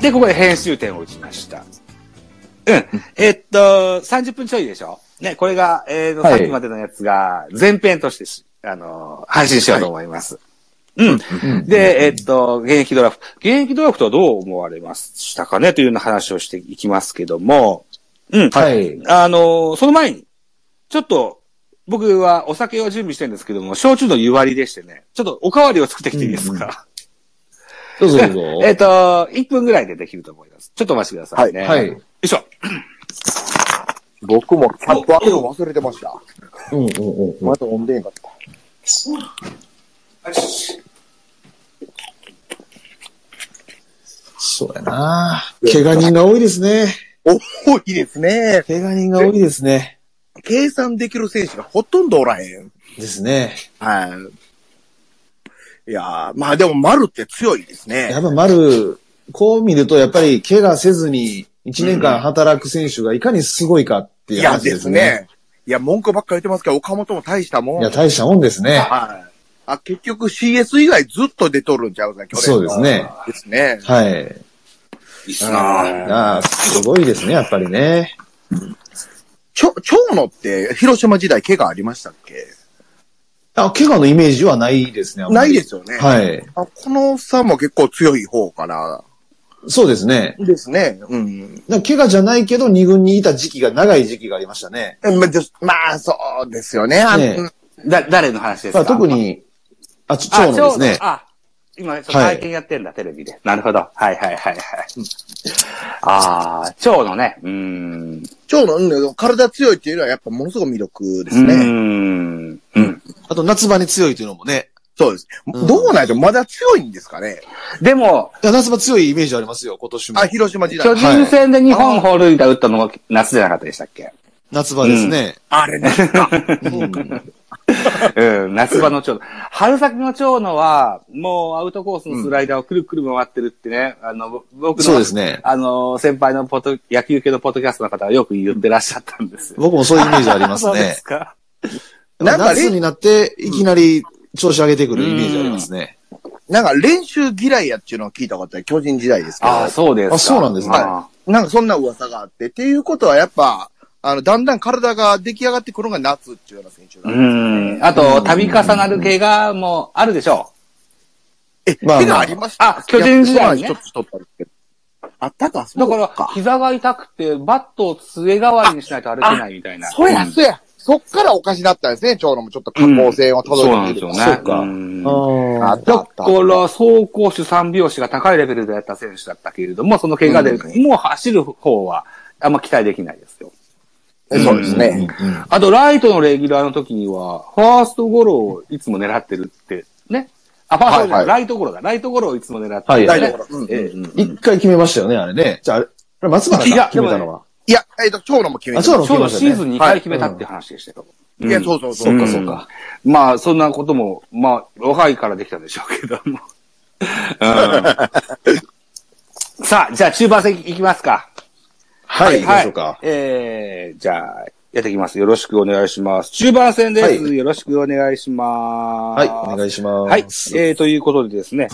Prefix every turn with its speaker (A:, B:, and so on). A: で、ここで編集点を打ちました。うん。えっと、30分ちょいでしょね、これが、えっと、
B: はい
A: さっきまでのやつが、前編としてし、あの、配信しようと思います。うん。で、えっと、現役ドラフト。現役ドラフトはどう思われましたかねというような話をしていきますけども、うん。
B: はい。
A: あの、その前に、ちょっと、僕はお酒を準備してるんですけども、焼酎の湯割りでしてね、ちょっとおかわりを作ってきていいですか、
B: どうぞどうぞ。
A: えっ、と、1分ぐらいでできると思います。ちょっとお待ちくださいね。
B: は
A: よ
B: い。
A: いしょ。
C: 僕もキャップ開けるの忘れてました。
B: うんうんうんうん。
C: まだ飲んでへんかった。
B: そうやな怪我人が多いですね。
C: お多いですね。
B: 怪我人が多いですね。
C: 計算できる選手がほとんどおらへん。
B: ですね。
C: はい。いやー、まあでも丸って強いです
B: や
C: ね。
B: っぱ丸、こう見るとやっぱり怪我せずに1年間働く選手がいかにすごいかって
C: い
B: いう
C: や
B: 話
C: で
B: ですすね。
C: ね。いや、文句ばっかり言ってますけど、岡本も大したもん。
B: いや、大したもんですね。
C: はい。あ、結局 CS 以外ずっと出とるんちゃうか、去年の
B: そうですね。
C: ですね。
B: はい。
A: いいっすなぁ
B: ああ、すごいですね、やっぱりね。
C: ちょ、長野って広島時代怪我ありましたっけ
B: あ、怪我のイメージはないですね。あんま
C: ない
B: り
C: ですよね。い。
B: はい。
C: あこの差も結構強い方かな。
B: そうですね。
C: ですね。うん。
B: なんか怪我じゃないけど2軍にいた時期が長い時期がありましたね。
C: えまあ、ですまあ、そうですよね。あ
B: ねえ
A: だ、誰の話です
B: ま
A: か、
B: あ、特に、あ、ち長野ですね。
A: あ、ちょうどあ今、会見やってんだ、テレビで。なるほど。はいはいはいはい。ああ、蝶のね、うーん。
C: 長野、うん体強いっていうのはやっぱものすごく魅力です
A: うー
C: ね。
A: ん。うん。
B: あと夏場に強いというのもね。
C: そうです。
B: うん
C: どうなんでしょうまだ強いんですかね
A: でも、
B: いや夏場強いイメージありますよ、今年も
C: あ、。広島時
A: 巨
C: 代。
A: 人戦で日本ホールインター打ったのが夏じゃなかったでしたっ け、
B: 夏場ですね。
C: あれね。
A: うん、夏場の長野。春先の長野は、もうアウトコースのスライダーをくるくる回ってるってね、あの、僕の、
B: そうですね
A: あの、先輩のポト、野球系のポッドキャストの方はよく言ってらっしゃったんですよ。
B: 僕もそういうイメージあります
A: そうで
B: ね
A: す。か。
C: なんかね
B: 夏になって、いきなり調子上げてくるイメージありますね。
C: なんか練習嫌いやっていうのを聞いたことは巨人時代ですけど。
A: ああ、そうですか。
B: あそうなんですね
A: あ
C: なんかそんな噂があって。っていうことはやっぱ、あの、だんだん体が出来上がってくるのが夏っていうような選手
A: ー
C: だ。
A: うん。あと、度重なる怪我もあるでしょ
C: え、
B: まあまあ
C: 手がありました
A: あ巨人時代ね
C: いやそうなんです一つ取ったんですけど。あったか、
A: う。だか
C: そう
A: ら、膝が痛くて、バットを杖代わりにしないと歩けないみたいな。
C: そうや、そうや。そっからおかしなったんですね、長野もちょっと可能性をた
A: そうな
C: ど
A: んで
C: り着いて
A: す
C: る
A: よね。うん
B: あ
C: あ
B: あ
C: っ
A: だ
C: たあ
A: か
C: った
A: ら、走攻手三拍子が高いレベルでやった選手だったけれども、その怪我で、もう走る方は、あんま期待できないですよ。
C: そうですね。
A: あと、ライトのレギュラーの時には、ファーストゴロをいつも狙ってるって、ね。あ、ファーストゴロじゃない
C: は
A: ライトゴロだ。ライトゴロをいつも狙って
B: はい
A: る、ね。
B: はい
C: ライトゴロうん
A: ええ
B: 一回決めましたよね、あれね。じゃあ、あれ、あれ松原
A: いや
B: が決めたのは。
C: いや、えっと、長野も決め
B: あ、
C: て
B: そう
C: ま
B: な
A: ちょう
B: の決め
A: ど
B: ました
A: シーズ
B: よ
A: ン
B: ね。
A: 2回決めたっていう話でしたよ。
C: す。いや、そうそうそ
B: そ
C: う。
B: うかそうか。
A: まあ、そんなことも、まあ、若いからできたでしょうけども。 うん、さあ、じゃあ中盤戦いきますか。
B: はい、行きましょうか。
A: えー、じゃあ、やっていきます。よろしくお願いします。中盤戦です。
B: はい
A: よろしくお願いします。
B: はい、お願いします。
A: はい。えー、ということでですね、